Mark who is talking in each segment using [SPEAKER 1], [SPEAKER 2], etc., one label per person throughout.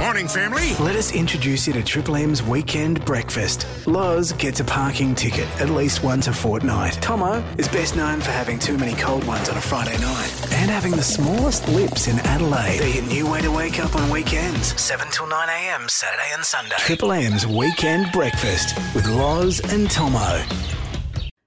[SPEAKER 1] Morning, family.
[SPEAKER 2] Let us introduce you to Triple M's weekend breakfast. Loz gets a parking ticket at least once a fortnight. Tomo is best known for having too many cold ones on a Friday night and having the smallest lips in Adelaide. They're your new way to wake up on weekends, 7 till 9 a.m. Saturday and Sunday. Triple M's weekend breakfast with Loz and Tomo.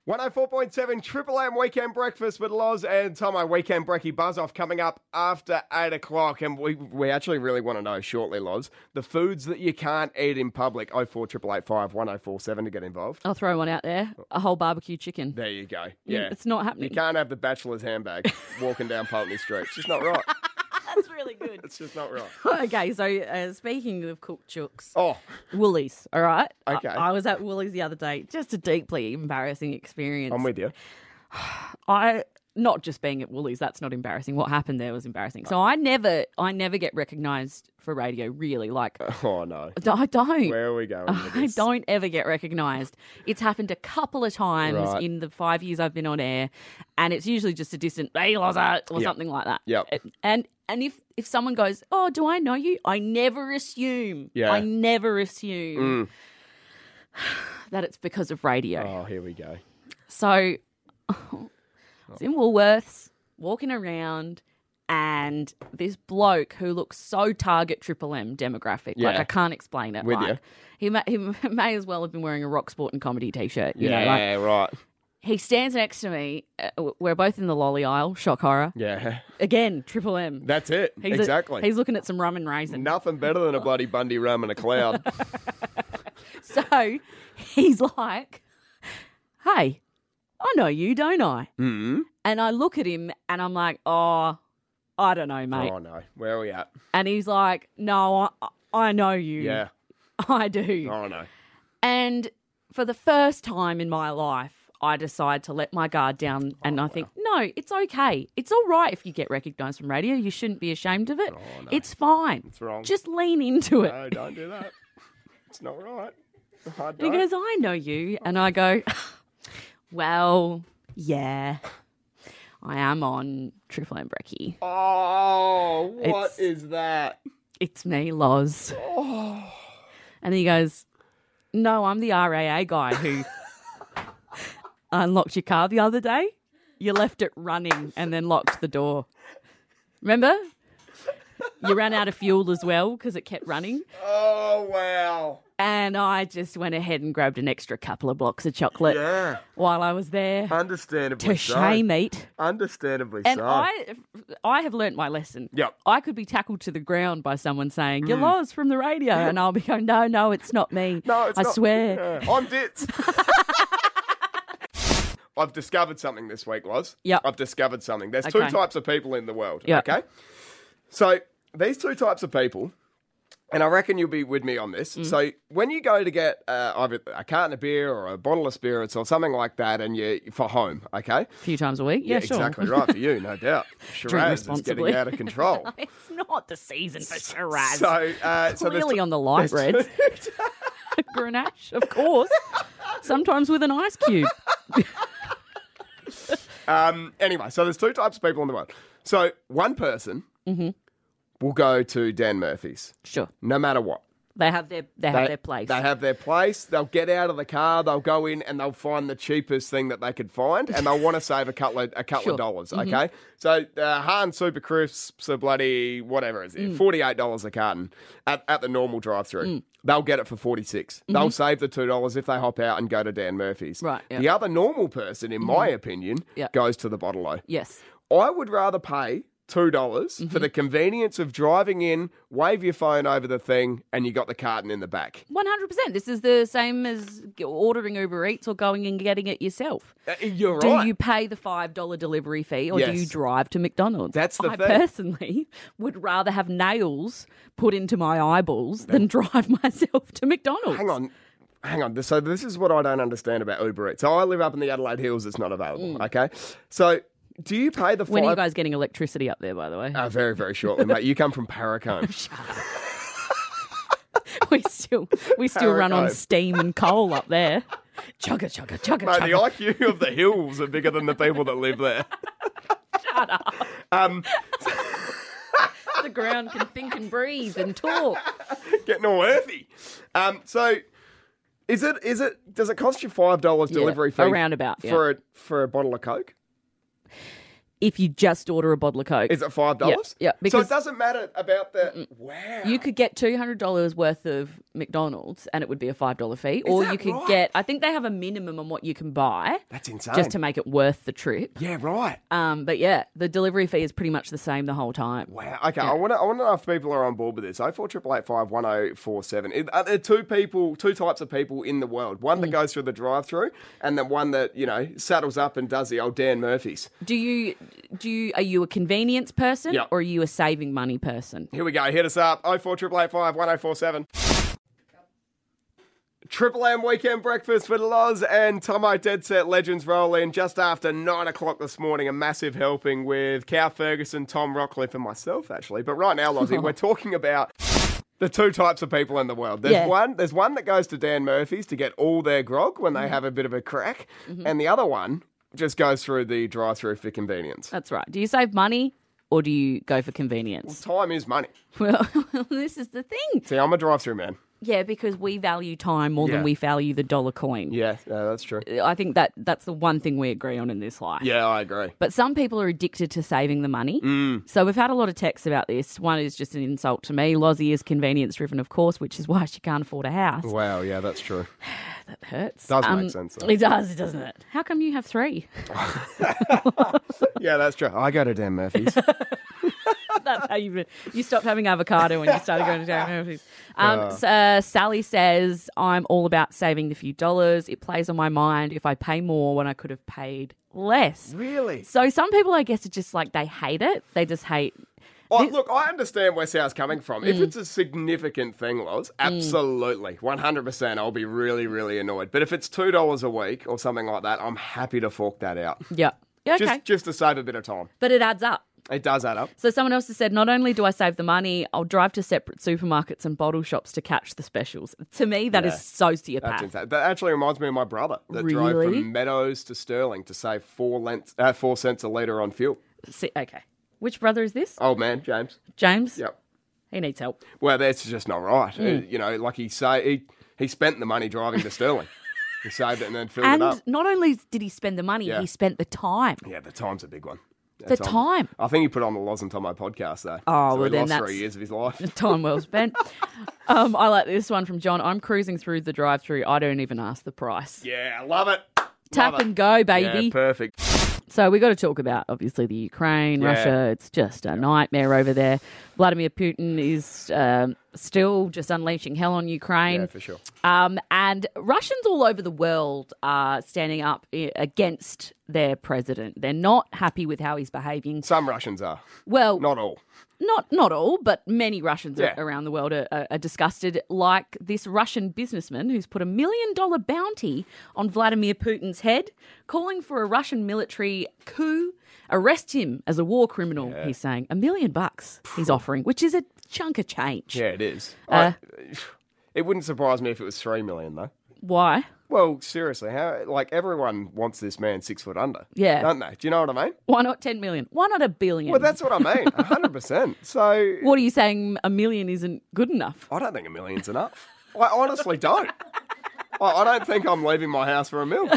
[SPEAKER 3] 104.7 Triple M Weekend Breakfast with Loz and Tom. My weekend brekkie buzz off coming up after 8 o'clock. And we, we actually really want to know shortly, Loz, the foods that you can't eat in public. 04885 1047 to get involved.
[SPEAKER 4] I'll throw one out there. A whole barbecue chicken.
[SPEAKER 3] There you go.
[SPEAKER 4] You-
[SPEAKER 3] Yeah.
[SPEAKER 4] It's not
[SPEAKER 3] You
[SPEAKER 4] happening.
[SPEAKER 3] can't have the bachelor's handbag walking down Pulteney Street. It's just not right.
[SPEAKER 4] That's really good.
[SPEAKER 3] It's just not right.
[SPEAKER 4] okay, so uh, speaking of cooked chooks,
[SPEAKER 3] Oh,
[SPEAKER 4] Woolies, all right? I-
[SPEAKER 3] Okay.
[SPEAKER 4] I, was at Woolies the other day. Just a deeply embarrassing experience.
[SPEAKER 3] I'm with you.
[SPEAKER 4] I not just being at Woolies, that's not embarrassing. What happened there was embarrassing. So I never I never get recognised for radio, really. Like
[SPEAKER 3] Oh, no.
[SPEAKER 4] I don't.
[SPEAKER 3] Where are we going with
[SPEAKER 4] Oh, I
[SPEAKER 3] this?
[SPEAKER 4] don't ever get recognised. It's happened a couple of times
[SPEAKER 3] Right.
[SPEAKER 4] in the five years I've been on air, and it's usually just a distant "Hey, Lozza" or
[SPEAKER 3] Yep.
[SPEAKER 4] something like that.
[SPEAKER 3] Yep.
[SPEAKER 4] And- And and if if someone goes, "Oh, do I know you?" I never assume.
[SPEAKER 3] Yeah. Mm.
[SPEAKER 4] I never assume that it's because of radio.
[SPEAKER 3] Oh, here we go.
[SPEAKER 4] So I was in Woolworths, walking around, and this bloke who looks so target Triple M demographic, like
[SPEAKER 3] Yeah.
[SPEAKER 4] I can't explain it.
[SPEAKER 3] With
[SPEAKER 4] like,
[SPEAKER 3] you.
[SPEAKER 4] He, may, he may as well have been wearing a rock sport and comedy t-shirt. You
[SPEAKER 3] Yeah,
[SPEAKER 4] know, like,
[SPEAKER 3] right.
[SPEAKER 4] he stands next to me. Uh, we're both in the lolly aisle. Shock horror.
[SPEAKER 3] Yeah.
[SPEAKER 4] Again, Triple M.
[SPEAKER 3] That's it.
[SPEAKER 4] He's a-
[SPEAKER 3] exactly.
[SPEAKER 4] he's looking at some rum and raisin.
[SPEAKER 3] Nothing better than a bloody Bundy rum and a cloud.
[SPEAKER 4] So he's like, hey, I know you, don't I? Mm-hmm. And I look at him and I'm like, oh, I don't know, mate.
[SPEAKER 3] Oh no, where are we at?
[SPEAKER 4] And he's like, no, I, I know you.
[SPEAKER 3] Yeah.
[SPEAKER 4] I do.
[SPEAKER 3] Oh no.
[SPEAKER 4] And for the first time in my life, I decide to let my guard down and I think, no, it's okay. It's all right if you get recognised from radio. You shouldn't be ashamed of it. It's fine. It's
[SPEAKER 3] wrong.
[SPEAKER 4] Just lean into it.
[SPEAKER 3] No, don't do that. It's not right. I
[SPEAKER 4] And
[SPEAKER 3] don't.
[SPEAKER 4] he goes, I know you. And I go, well, yeah, I am on Triple M Brekkie.
[SPEAKER 3] oh, what
[SPEAKER 4] It's-
[SPEAKER 3] is that?
[SPEAKER 4] It's me, Loz. And he goes, no, I'm the RAA guy who unlocked your car the other day. You left it running and then locked the door. Remember? You ran out of fuel as well because it kept running.
[SPEAKER 3] Oh wow.
[SPEAKER 4] And I just went ahead and grabbed an extra couple of blocks of chocolate
[SPEAKER 3] Yeah.
[SPEAKER 4] while I was there
[SPEAKER 3] Understandably
[SPEAKER 4] to shame eat.
[SPEAKER 3] Understandably
[SPEAKER 4] And I, I have learnt my lesson.
[SPEAKER 3] Yep. Mm.
[SPEAKER 4] I could be tackled to the ground by someone saying, "You're Loz from the radio," and I'll be going, "No, no, it's not me.
[SPEAKER 3] No, it's
[SPEAKER 4] I
[SPEAKER 3] not-
[SPEAKER 4] swear."
[SPEAKER 3] Yeah. I'm dits. I've discovered something this week, Loz.
[SPEAKER 4] Yep.
[SPEAKER 3] I've discovered something. There's two
[SPEAKER 4] Okay.
[SPEAKER 3] types of people in the world.
[SPEAKER 4] Yep.
[SPEAKER 3] Okay. So these two types of people, and I reckon you'll be with me on this.
[SPEAKER 4] Mm.
[SPEAKER 3] So when you go to get uh, either a carton of beer or a bottle of spirits or something like that, and you for home, okay?
[SPEAKER 4] A few times a week. Yeah, sure.
[SPEAKER 3] Exactly right for you, no doubt. Shiraz is
[SPEAKER 4] responsibly.
[SPEAKER 3] getting out of control.
[SPEAKER 4] It's not the season for Shiraz.
[SPEAKER 3] so, uh, so there's
[SPEAKER 4] Clearly
[SPEAKER 3] t-
[SPEAKER 4] on the light
[SPEAKER 3] there's
[SPEAKER 4] reds, Grenache, of course. Sometimes with an ice cube.
[SPEAKER 3] Um, anyway, so there's two types of people in the world. So one person
[SPEAKER 4] Mm-hmm.
[SPEAKER 3] will go to Dan Murphy's,
[SPEAKER 4] Sure,
[SPEAKER 3] no matter what.
[SPEAKER 4] they have their they, have their place.
[SPEAKER 3] They have their place. They'll get out of the car. They'll go in and they'll find the cheapest thing that they could find, and they'll want to save a couple of a couple
[SPEAKER 4] Sure. Mm-hmm.
[SPEAKER 3] of dollars. Okay, so uh, Han Super Crisps are bloody whatever is
[SPEAKER 4] Mm.
[SPEAKER 3] it, forty eight dollars a carton at, at the normal drive through. They'll get it for forty They'll save the two dollars if they hop out and go to Dan Murphy's.
[SPEAKER 4] Mm-hmm. Right, yeah. Mm-hmm.
[SPEAKER 3] The other normal person, in my opinion,
[SPEAKER 4] Yeah.
[SPEAKER 3] goes to the bottle o.
[SPEAKER 4] yes.
[SPEAKER 3] I would rather pay two dollars for
[SPEAKER 4] Mm-hmm.
[SPEAKER 3] the convenience of driving in, wave your phone over the thing, and you got the carton in the back.
[SPEAKER 4] One hundred percent. This is the same as g- ordering Uber Eats or going and getting it yourself.
[SPEAKER 3] Uh, You're
[SPEAKER 4] Do
[SPEAKER 3] right.
[SPEAKER 4] you pay the five dollar delivery fee or do you
[SPEAKER 3] Yes.
[SPEAKER 4] drive to McDonald's?
[SPEAKER 3] That's the
[SPEAKER 4] I
[SPEAKER 3] thing.
[SPEAKER 4] personally would rather have nails put into my eyeballs than drive myself to McDonald's.
[SPEAKER 3] Hang on. Hang on. So this is what I don't understand about Uber Eats. So I live up in the Adelaide Hills. It's not available. Okay. So do you pay the five?
[SPEAKER 4] Mm. When are you guys getting electricity up there, by the way?
[SPEAKER 3] Uh, very, very shortly, mate. You come from Paracombe.
[SPEAKER 4] we still we still run on
[SPEAKER 3] Paragove.
[SPEAKER 4] steam and coal up there. Chugga chugga chugga
[SPEAKER 3] Mate, the
[SPEAKER 4] chugga.
[SPEAKER 3] IQ of the hills are bigger than the people that live there.
[SPEAKER 4] the ground can think and breathe and talk.
[SPEAKER 3] Getting all earthy. Um, so is it is it does it cost you five dollars
[SPEAKER 4] Yeah,
[SPEAKER 3] delivery fee
[SPEAKER 4] around about, yeah.
[SPEAKER 3] for a for a bottle of Coke?
[SPEAKER 4] If you just order a bottle of Coke,
[SPEAKER 3] Is it five dollars?
[SPEAKER 4] yeah,
[SPEAKER 3] so
[SPEAKER 4] because-
[SPEAKER 3] it doesn't matter about the wow.
[SPEAKER 4] you could get two hundred dollars worth of McDonald's, and it would be a five dollar fee. or
[SPEAKER 3] that
[SPEAKER 4] you could
[SPEAKER 3] right?
[SPEAKER 4] get. I think they have a minimum on what you can buy.
[SPEAKER 3] That's insane.
[SPEAKER 4] Just to make it worth the trip.
[SPEAKER 3] yeah, right.
[SPEAKER 4] Um, but yeah, the delivery fee is pretty much the same the whole time.
[SPEAKER 3] Wow. Okay, I want to. I want to know if people are on board with this. Oh four triple eight five one zero four seven. Are there two people, two types of people in the world? One
[SPEAKER 4] Mm.
[SPEAKER 3] that goes through the drive-through, and then one that you know saddles up and does the old Dan Murphy's.
[SPEAKER 4] Do you do you are you a convenience person
[SPEAKER 3] Yeah.
[SPEAKER 4] or are you a saving money person?
[SPEAKER 3] Here we go. Hit us up. Oh four triple eight five one zero four seven. Triple M weekend breakfast with Loz and Tomo Dead Set Legends roll in just after nine o'clock this morning. A massive helping with Cow Ferguson, Tom Rockcliffe, and myself actually. But right now, Lozzie, we're talking about the two types of people in the world. There's
[SPEAKER 4] Yeah.
[SPEAKER 3] one. There's one that goes to Dan Murphy's to get all their grog when they have a bit of a crack, and the other one just goes through the drive-through for convenience.
[SPEAKER 4] That's right. Do you save money or do you go for convenience?
[SPEAKER 3] Time is money.
[SPEAKER 4] Well, this is the thing.
[SPEAKER 3] See, I'm a drive-through man.
[SPEAKER 4] Yeah, because we value time more
[SPEAKER 3] Yeah.
[SPEAKER 4] than we value the dollar coin.
[SPEAKER 3] Yeah, yeah, that's true.
[SPEAKER 4] I think that that's the one thing we agree on in this life.
[SPEAKER 3] Yeah, I agree.
[SPEAKER 4] But some people are addicted to saving the money.
[SPEAKER 3] Mm.
[SPEAKER 4] So we've had a lot of texts about this. One is just an insult to me. Lozzie is convenience driven, of course, which is why she can't afford a house.
[SPEAKER 3] Wow, yeah, that's true.
[SPEAKER 4] That hurts. Um,
[SPEAKER 3] Does make sense, though.
[SPEAKER 4] It does, doesn't it? How come you have three?
[SPEAKER 3] Yeah, that's true. I go to Dan Murphy's.
[SPEAKER 4] That's how you you stopped having avocado when you started going to Dan Murphy's. Um, s- uh, Sally says, "I'm all about saving the few dollars. It plays on my mind if I pay more when I could have paid less."
[SPEAKER 3] really?
[SPEAKER 4] So some people, I guess, are just like they hate it. They just hate.
[SPEAKER 3] Oh, look, I understand where Sal's coming from. If it's a significant thing, Loz, absolutely, 100%, I'll be really, really annoyed. But if it's $2 a week or something like that, I'm happy to fork that out.
[SPEAKER 4] Yeah. Yeah, okay.
[SPEAKER 3] Just, just to save a bit of time.
[SPEAKER 4] but it adds up.
[SPEAKER 3] It does add up.
[SPEAKER 4] So someone else has said, not only do I save the money, I'll drive to separate supermarkets and bottle shops to catch the specials. To me, that is sociopath.
[SPEAKER 3] That's insane. That actually reminds me of my brother that drove
[SPEAKER 4] Really?
[SPEAKER 3] from Meadows to Sterling to save four, lengths, uh, four cents a litre on fuel.
[SPEAKER 4] See, okay. Which brother is this?
[SPEAKER 3] Old man, James.
[SPEAKER 4] James?
[SPEAKER 3] Yep.
[SPEAKER 4] He needs help.
[SPEAKER 3] Well, that's just not right.
[SPEAKER 4] Hmm.
[SPEAKER 3] Uh, you know, like he say he, he spent the money driving to Sterling. he saved it and then filled
[SPEAKER 4] And
[SPEAKER 3] it up.
[SPEAKER 4] not only did he spend the money,
[SPEAKER 3] Yeah.
[SPEAKER 4] he spent the time.
[SPEAKER 3] Yeah, the time's a big one.
[SPEAKER 4] The time.
[SPEAKER 3] I think he put on the Loz and Tomo podcast though.
[SPEAKER 4] Oh,
[SPEAKER 3] so
[SPEAKER 4] well,
[SPEAKER 3] he
[SPEAKER 4] then
[SPEAKER 3] lost
[SPEAKER 4] that's-
[SPEAKER 3] three years of his life.
[SPEAKER 4] Time well spent. um, I like this one from John. I'm cruising through the drive through. I don't even ask the price.
[SPEAKER 3] yeah, I love it.
[SPEAKER 4] Tap
[SPEAKER 3] Love it.
[SPEAKER 4] and go,
[SPEAKER 3] Yeah,
[SPEAKER 4] baby.
[SPEAKER 3] perfect.
[SPEAKER 4] So we got to talk about obviously the Ukraine,
[SPEAKER 3] Yeah.
[SPEAKER 4] Russia. It's just a nightmare over there. Vladimir Putin is um, still just unleashing hell on Ukraine.
[SPEAKER 3] Yeah, for sure.
[SPEAKER 4] Um, and Russians all over the world are standing up i- against their president. They're not happy with how he's behaving.
[SPEAKER 3] Some Russians are,
[SPEAKER 4] Well,
[SPEAKER 3] not all.
[SPEAKER 4] not not all, but many Russians
[SPEAKER 3] Yeah.
[SPEAKER 4] around the world are, are, are disgusted. Like this Russian businessman who's put a million dollar bounty on Vladimir Putin's head, calling for a Russian military coup. Arrest him as a war criminal. He's saying a million bucks he's offering, which is a chunk of change.
[SPEAKER 3] Yeah, it is.
[SPEAKER 4] Uh.
[SPEAKER 3] I, it wouldn't surprise me if it was three million though.
[SPEAKER 4] Why?
[SPEAKER 3] Well, seriously, how like everyone wants this man six foot under,
[SPEAKER 4] Yeah.
[SPEAKER 3] don't they? Do you know what I mean?
[SPEAKER 4] Why not ten million? Why not a billion?
[SPEAKER 3] Well, that's what I mean, hundred percent. So
[SPEAKER 4] what are you saying? A million isn't good enough.
[SPEAKER 3] I don't think a million's enough. I honestly don't. I, I don't think I'm leaving my house for a mil.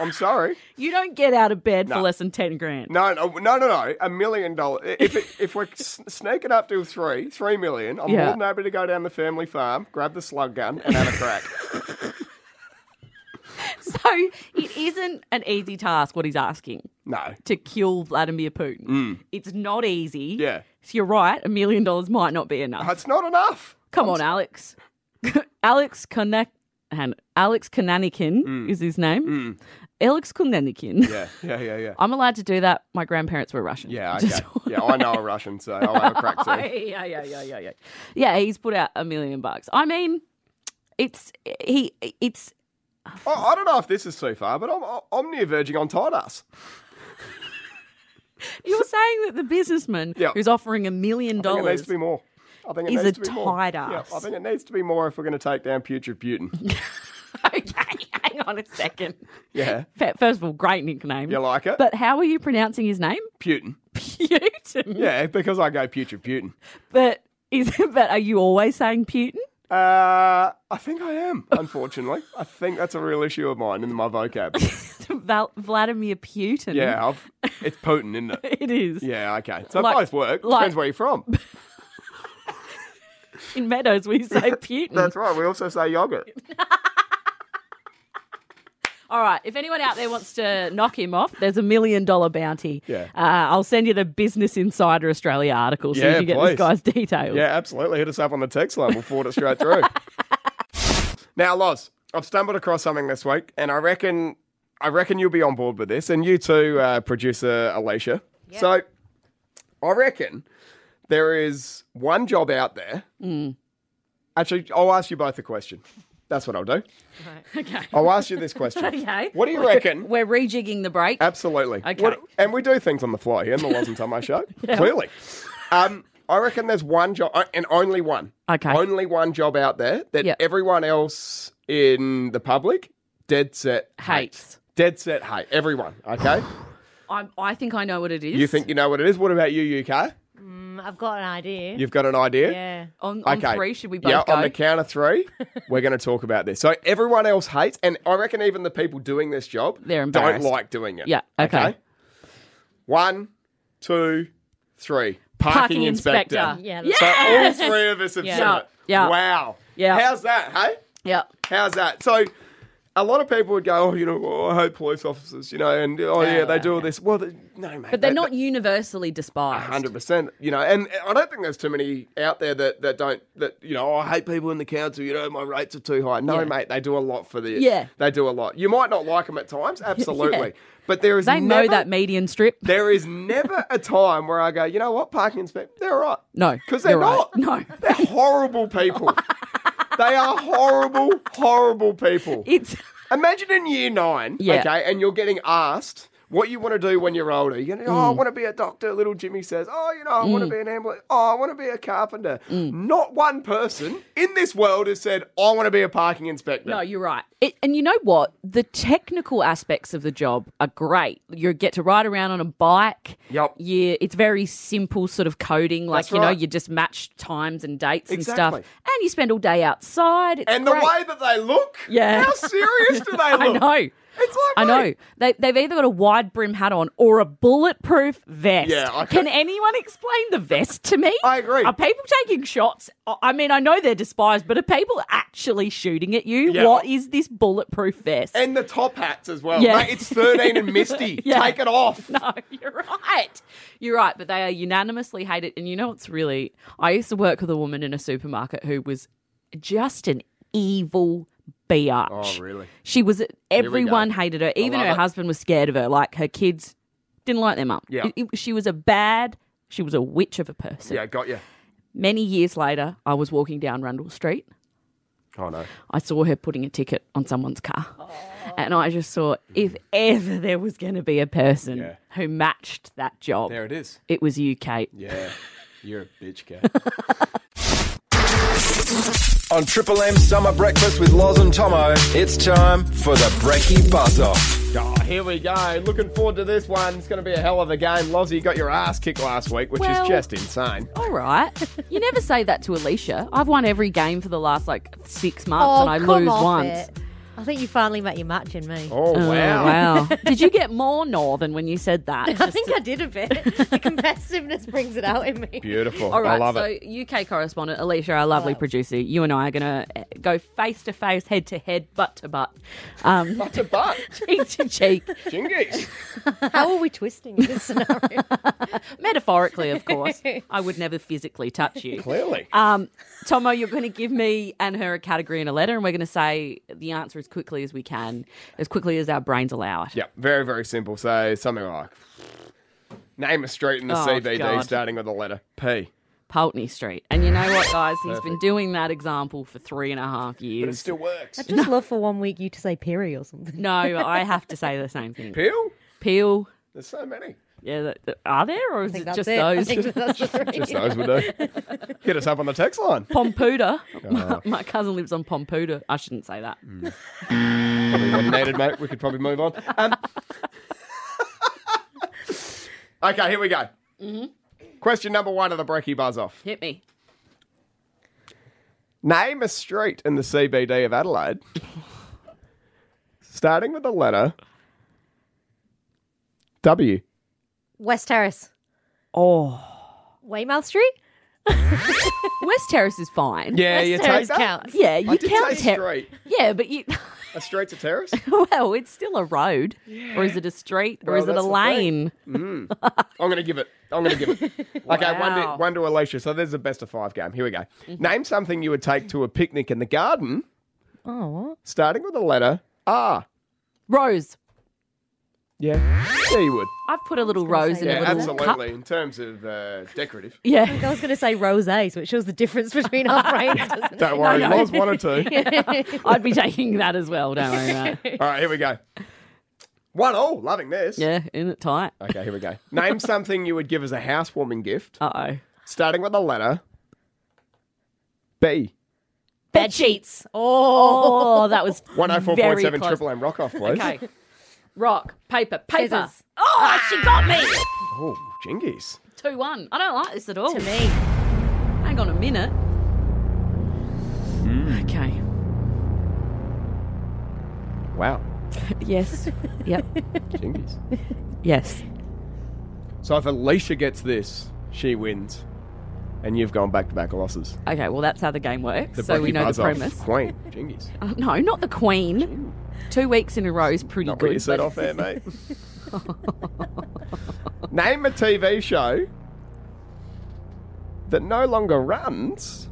[SPEAKER 3] I'm sorry.
[SPEAKER 4] You don't get out of bed for
[SPEAKER 3] No.
[SPEAKER 4] less than ten grand.
[SPEAKER 3] No, no, no, no, no. A million dollars. If it, if we're s- snaking up to three, three million, I'm
[SPEAKER 4] Yeah.
[SPEAKER 3] more than happy to go down the family farm, grab the slug gun, and have a crack.
[SPEAKER 4] So it isn't an easy task. What he's asking.
[SPEAKER 3] No.
[SPEAKER 4] to kill Vladimir Putin. It's not easy.
[SPEAKER 3] Mm. Yeah. Uh-huh.
[SPEAKER 4] So you're right, a million dollars might not be enough.
[SPEAKER 3] That's not enough.
[SPEAKER 4] Come on, Alex. Alex Konak- Han- Alex Konanikin is his name. Alex Konanikin.
[SPEAKER 3] Mm. Yeah, yeah, yeah, yeah.
[SPEAKER 4] I'm allowed to do that. My grandparents were Russian.
[SPEAKER 3] Yeah, okay.
[SPEAKER 4] Just-
[SPEAKER 3] Yeah, I know a Russian, so I'll have a crack
[SPEAKER 4] yeah,
[SPEAKER 3] too.
[SPEAKER 4] yeah, yeah, yeah, yeah, yeah. Yeah, he's put out a million bucks. I mean, it's he it's
[SPEAKER 3] I, I don't know if this is too far, but I'm, I'm near verging on Titus.
[SPEAKER 4] you're saying that the businessman
[SPEAKER 3] Yeah.
[SPEAKER 4] who's offering a million
[SPEAKER 3] I think it needs
[SPEAKER 4] dollars
[SPEAKER 3] to be more. I think it
[SPEAKER 4] He's a
[SPEAKER 3] needs to be more.
[SPEAKER 4] tight
[SPEAKER 3] Yeah, I
[SPEAKER 4] ass.
[SPEAKER 3] think it needs to be more if we're going to take down putrid Putin.
[SPEAKER 4] Okay, hang on a second.
[SPEAKER 3] Yeah.
[SPEAKER 4] Fe- First of all, great nickname.
[SPEAKER 3] You like it?
[SPEAKER 4] But how are you pronouncing his name?
[SPEAKER 3] Putin.
[SPEAKER 4] Putin. Putin.
[SPEAKER 3] Yeah, because I go putrid Putin.
[SPEAKER 4] But is but are you always saying Putin?
[SPEAKER 3] Uh, I think I am, unfortunately. I think that's a real issue of mine in my vocab.
[SPEAKER 4] Val- Vladimir Putin.
[SPEAKER 3] Yeah, I've, it's Putin, isn't it?
[SPEAKER 4] It is.
[SPEAKER 3] Yeah, okay. So
[SPEAKER 4] Like-
[SPEAKER 3] both work.
[SPEAKER 4] like-
[SPEAKER 3] Depends where you're from.
[SPEAKER 4] In Meadows we say Putin.
[SPEAKER 3] right. We also say yogurt.
[SPEAKER 4] All right. If anyone out there wants to knock him off, there's a million dollar bounty.
[SPEAKER 3] Yeah.
[SPEAKER 4] Uh, I'll send you the Business Insider Australia article so
[SPEAKER 3] Yeah,
[SPEAKER 4] you can get
[SPEAKER 3] please.
[SPEAKER 4] this guy's details.
[SPEAKER 3] Yeah, absolutely. Hit us up on the text line. We'll forward it straight through. now, Loz, I've stumbled across something this week, and I reckon, I reckon you'll be on board with this, and you too, uh, producer Alicia. So, I reckon there is one job out there. Actually, I'll ask you both a question. That's what I'll do.
[SPEAKER 4] Okay.
[SPEAKER 3] I'll ask you this question.
[SPEAKER 4] Okay.
[SPEAKER 3] What do you reckon?
[SPEAKER 4] Oh. We're rejigging the break.
[SPEAKER 3] Absolutely.
[SPEAKER 4] Okay.
[SPEAKER 3] and we do things on the fly here, and there wasn't on my show. Clearly. Um, I reckon there's one job, and only one.
[SPEAKER 4] Okay.
[SPEAKER 3] Only one job out there that
[SPEAKER 4] Yep.
[SPEAKER 3] everyone else in the public dead set
[SPEAKER 4] Hates.
[SPEAKER 3] Dead set hate. Everyone. Okay.
[SPEAKER 4] I'm, I think I know what it is.
[SPEAKER 3] you think you know what it is? What about you, UK?
[SPEAKER 1] I've got an idea.
[SPEAKER 3] You've got an idea?
[SPEAKER 1] yeah.
[SPEAKER 4] on, on
[SPEAKER 3] okay.
[SPEAKER 4] three? Should we both
[SPEAKER 3] yeah,
[SPEAKER 4] go?
[SPEAKER 3] on the count of three, we're going to talk about this. So everyone else hates, and I reckon even the people doing this job
[SPEAKER 4] They're
[SPEAKER 3] don't
[SPEAKER 4] embarrassed.
[SPEAKER 3] like doing it.
[SPEAKER 4] Yeah, okay.
[SPEAKER 3] One, two, three. Parking,
[SPEAKER 4] Parking
[SPEAKER 3] inspector.
[SPEAKER 4] inspector.
[SPEAKER 1] Yeah.
[SPEAKER 3] So all three of us have
[SPEAKER 1] Yeah.
[SPEAKER 3] said it.
[SPEAKER 4] Yeah.
[SPEAKER 3] Wow.
[SPEAKER 4] Yeah.
[SPEAKER 3] How's that, hey?
[SPEAKER 4] yeah.
[SPEAKER 3] How's that? So a lot of people would go, oh, you know, oh, I hate police officers, you know, and oh, yeah, they do all this. Well, they, no, mate.
[SPEAKER 4] But they're
[SPEAKER 3] they-
[SPEAKER 4] not universally despised.
[SPEAKER 3] Hundred percent. You know, and I don't think there's too many out there that, that don't that you know. "Oh, I hate people in the council. You know, my rates are too high. No,
[SPEAKER 4] Yeah.
[SPEAKER 3] mate, they do a lot for the.
[SPEAKER 4] Yeah.
[SPEAKER 3] they do a lot. You might not like them at times, absolutely, but there is
[SPEAKER 4] They
[SPEAKER 3] never,
[SPEAKER 4] know that median strip.
[SPEAKER 3] there is never a time where I go, you know what, parking inspector, they're right.
[SPEAKER 4] No,
[SPEAKER 3] because they're
[SPEAKER 4] you're right.
[SPEAKER 3] not.
[SPEAKER 4] No.
[SPEAKER 3] they're horrible people. they are horrible, horrible people.
[SPEAKER 4] It's
[SPEAKER 3] Imagine in year nine,
[SPEAKER 4] Yeah.
[SPEAKER 3] okay, and you're getting asked what you want to do when you're older. You're going, to, oh,
[SPEAKER 4] Mm.
[SPEAKER 3] I want to be a doctor. Little Jimmy says, oh, you know, I want to be an ambulance. Oh, I want to be a carpenter.
[SPEAKER 4] Mm.
[SPEAKER 3] Not one person in this world has said, I want to be a parking inspector.
[SPEAKER 4] No, you're right. It, and you know what? The technical aspects of the job are great. You get to ride around on a bike.
[SPEAKER 3] Yep.
[SPEAKER 4] You, it's very simple sort of coding. Like,
[SPEAKER 3] That's
[SPEAKER 4] you know,
[SPEAKER 3] right.
[SPEAKER 4] you just match times and dates
[SPEAKER 3] Exactly.
[SPEAKER 4] and stuff. And you spend all day outside. It's
[SPEAKER 3] and
[SPEAKER 4] great.
[SPEAKER 3] the way that they look,
[SPEAKER 4] Yeah.
[SPEAKER 3] how serious do they
[SPEAKER 4] I
[SPEAKER 3] look?
[SPEAKER 4] know.
[SPEAKER 3] It's like,
[SPEAKER 4] I know.
[SPEAKER 3] mate,
[SPEAKER 4] They, they've either got a wide brim hat on or a bulletproof vest.
[SPEAKER 3] Yeah, I
[SPEAKER 4] Can
[SPEAKER 3] can't-
[SPEAKER 4] anyone explain the vest to me?
[SPEAKER 3] I agree.
[SPEAKER 4] Are people taking shots? I- I mean, I know they're despised, but are people actually shooting at you?
[SPEAKER 3] Yeah.
[SPEAKER 4] What is this bulletproof vest?
[SPEAKER 3] And the top hats as well.
[SPEAKER 4] Yeah.
[SPEAKER 3] Mate, it's 13 and misty.
[SPEAKER 4] Yeah.
[SPEAKER 3] Take it off.
[SPEAKER 4] No, you're right. You're right, but they are unanimously hated. And you know what's really? I used to work with a woman in a supermarket who was just an evil biatch.
[SPEAKER 3] Oh, really?
[SPEAKER 4] She was. Everyone
[SPEAKER 3] go.
[SPEAKER 4] hated her. Even
[SPEAKER 3] love
[SPEAKER 4] her
[SPEAKER 3] it.
[SPEAKER 4] husband was scared of her. Like her kids didn't like their mum.
[SPEAKER 3] Yeah.
[SPEAKER 4] It- it- she was a bad. She was a witch of a person.
[SPEAKER 3] Yeah, got you.
[SPEAKER 4] Many years later, I was walking down Rundle Street.
[SPEAKER 3] Oh, no.
[SPEAKER 4] I saw her putting a ticket on someone's car. And I just saw if ever there was going to be a person
[SPEAKER 3] Yeah.
[SPEAKER 4] who matched that job,
[SPEAKER 3] There it is.
[SPEAKER 4] it was you, Kate.
[SPEAKER 3] Yeah. You're a bitch, cat.
[SPEAKER 5] On Triple M Summer Breakfast with Loz and Tomo, it's time for the Breaky Buzz Off.
[SPEAKER 3] Oh, here we go. Looking forward to this one. It's going to be a hell of a game. Lozzie, you got your ass kicked last week, which
[SPEAKER 4] Well-
[SPEAKER 3] is just insane.
[SPEAKER 4] All right. You never say that to Alicia. I've won every game for the last like six months and I
[SPEAKER 1] Oh, come
[SPEAKER 4] lose
[SPEAKER 1] off
[SPEAKER 4] once.
[SPEAKER 1] it. I think you finally met your match in me.
[SPEAKER 3] Oh,
[SPEAKER 4] Oh,
[SPEAKER 3] wow.
[SPEAKER 4] wow. Did you get more northern when you said that?
[SPEAKER 1] I think I did a bit. the competitiveness brings it out in me.
[SPEAKER 3] Beautiful.
[SPEAKER 4] All right,
[SPEAKER 3] I love
[SPEAKER 4] so
[SPEAKER 3] it.
[SPEAKER 4] UK correspondent Alicia, our lovely producer, you and I are going to go face to face, head to head, butt to butt, um,
[SPEAKER 3] Butt to butt.
[SPEAKER 4] cheek to cheek,
[SPEAKER 3] Jingies.
[SPEAKER 1] How are we twisting this scenario?
[SPEAKER 4] metaphorically, of course. I would never physically touch you.
[SPEAKER 3] Clearly.
[SPEAKER 4] Um, Tomo, you're going to give me and her a category and a letter, and we're going to say the answer as quickly as we can, as quickly as our brains allow it.
[SPEAKER 3] yeah, very, very simple. So something like name a street in the
[SPEAKER 4] Oh,
[SPEAKER 3] CBD
[SPEAKER 4] God.
[SPEAKER 3] starting with the letter P.
[SPEAKER 4] Pulteney Street. And you know what, guys? He's been doing that example for three and a half
[SPEAKER 3] But it
[SPEAKER 4] years.
[SPEAKER 3] still works.
[SPEAKER 1] Just love for one week you to say Perry or something.
[SPEAKER 4] No, I have to say the same thing.
[SPEAKER 3] Peel?
[SPEAKER 4] Peel.
[SPEAKER 3] There's so many.
[SPEAKER 4] Yeah, that, that- are there or is
[SPEAKER 1] I think
[SPEAKER 4] it
[SPEAKER 1] that's
[SPEAKER 4] just
[SPEAKER 1] it. I
[SPEAKER 4] those?
[SPEAKER 1] think that's the three.
[SPEAKER 3] Just those would do. Hit us up on the text line.
[SPEAKER 4] Pompuda. My,
[SPEAKER 3] Oh.
[SPEAKER 4] my cousin lives on Pompuda. I shouldn't say that.
[SPEAKER 3] Mm. Probably wasn't needed, mate. We could probably move on.
[SPEAKER 4] Mm-hmm.
[SPEAKER 3] Um, okay, here we go. Question number one of the Brecky Buzz Off.
[SPEAKER 4] Hit me.
[SPEAKER 3] Name a street in the CBD of Adelaide, starting with the letter W.
[SPEAKER 1] West Terrace.
[SPEAKER 4] Oh.
[SPEAKER 1] Weymouth Street?
[SPEAKER 4] West Terrace is fine.
[SPEAKER 3] Yeah,
[SPEAKER 1] West
[SPEAKER 3] you take
[SPEAKER 1] Terrace
[SPEAKER 3] that.
[SPEAKER 1] counts.
[SPEAKER 4] Yeah, you
[SPEAKER 3] I did
[SPEAKER 4] count
[SPEAKER 3] say
[SPEAKER 4] ter-
[SPEAKER 3] street.
[SPEAKER 4] Yeah, but you
[SPEAKER 3] A street's a terrace.
[SPEAKER 4] well, it's still a road. Or is it a street or
[SPEAKER 3] Well,
[SPEAKER 4] is it a
[SPEAKER 3] that's the thing. I'm
[SPEAKER 4] lane?
[SPEAKER 3] gonna give it. I'm gonna give it. Okay, one to
[SPEAKER 4] Wow. Mm-hmm.
[SPEAKER 3] one to Alicia. So there's a best of five game. Here we go. Name something you would take to a picnic in the garden,
[SPEAKER 1] Oh, what?
[SPEAKER 3] starting with the letter R.
[SPEAKER 4] Rose.
[SPEAKER 3] Yeah, yeah, you would.
[SPEAKER 4] I've put a little rose in
[SPEAKER 1] say
[SPEAKER 3] Yeah,
[SPEAKER 4] a little
[SPEAKER 3] absolutely.
[SPEAKER 4] cup.
[SPEAKER 3] In terms of uh, decorative,
[SPEAKER 4] Yeah.
[SPEAKER 1] I was going to say rosé, so it shows the difference between our brains, doesn't
[SPEAKER 3] don't worry.
[SPEAKER 4] no.
[SPEAKER 3] Loz wanted to.
[SPEAKER 4] I'd be taking that as well, don't worry about it.
[SPEAKER 3] All right, here we go. One all. Loving this.
[SPEAKER 4] Yeah, in it tight.
[SPEAKER 3] Okay, here we go. Name something you would give as a housewarming gift,
[SPEAKER 4] Uh oh.
[SPEAKER 3] starting with the letter B.
[SPEAKER 4] Bed sheets.
[SPEAKER 1] Oh,
[SPEAKER 4] Oh, that was very
[SPEAKER 3] 104.7
[SPEAKER 4] close.
[SPEAKER 3] Triple M rock off, please.
[SPEAKER 4] Okay. Rock, paper, paper.
[SPEAKER 1] Scissors.
[SPEAKER 4] Oh, she got me.
[SPEAKER 3] Oh, jingies.
[SPEAKER 4] 2 1. I don't like this at all.
[SPEAKER 1] to me.
[SPEAKER 4] Hang on a minute.
[SPEAKER 3] Hmm.
[SPEAKER 4] Okay.
[SPEAKER 3] Wow,
[SPEAKER 4] Yes. Yep.
[SPEAKER 3] jingies.
[SPEAKER 4] yes.
[SPEAKER 3] So if Alicia gets this, she wins. And you've gone back to back losses.
[SPEAKER 4] Okay, well, that's how the game works.
[SPEAKER 3] The
[SPEAKER 4] so we
[SPEAKER 3] Brecky
[SPEAKER 4] know
[SPEAKER 3] Buzz
[SPEAKER 4] the
[SPEAKER 3] off
[SPEAKER 4] premise.
[SPEAKER 3] Queen. Jingies.
[SPEAKER 4] Uh, no, not the Queen. Two weeks in a row is pretty
[SPEAKER 3] Not what you
[SPEAKER 4] good.
[SPEAKER 3] said
[SPEAKER 4] but-
[SPEAKER 3] off air, mate. Name a TV show that no longer runs.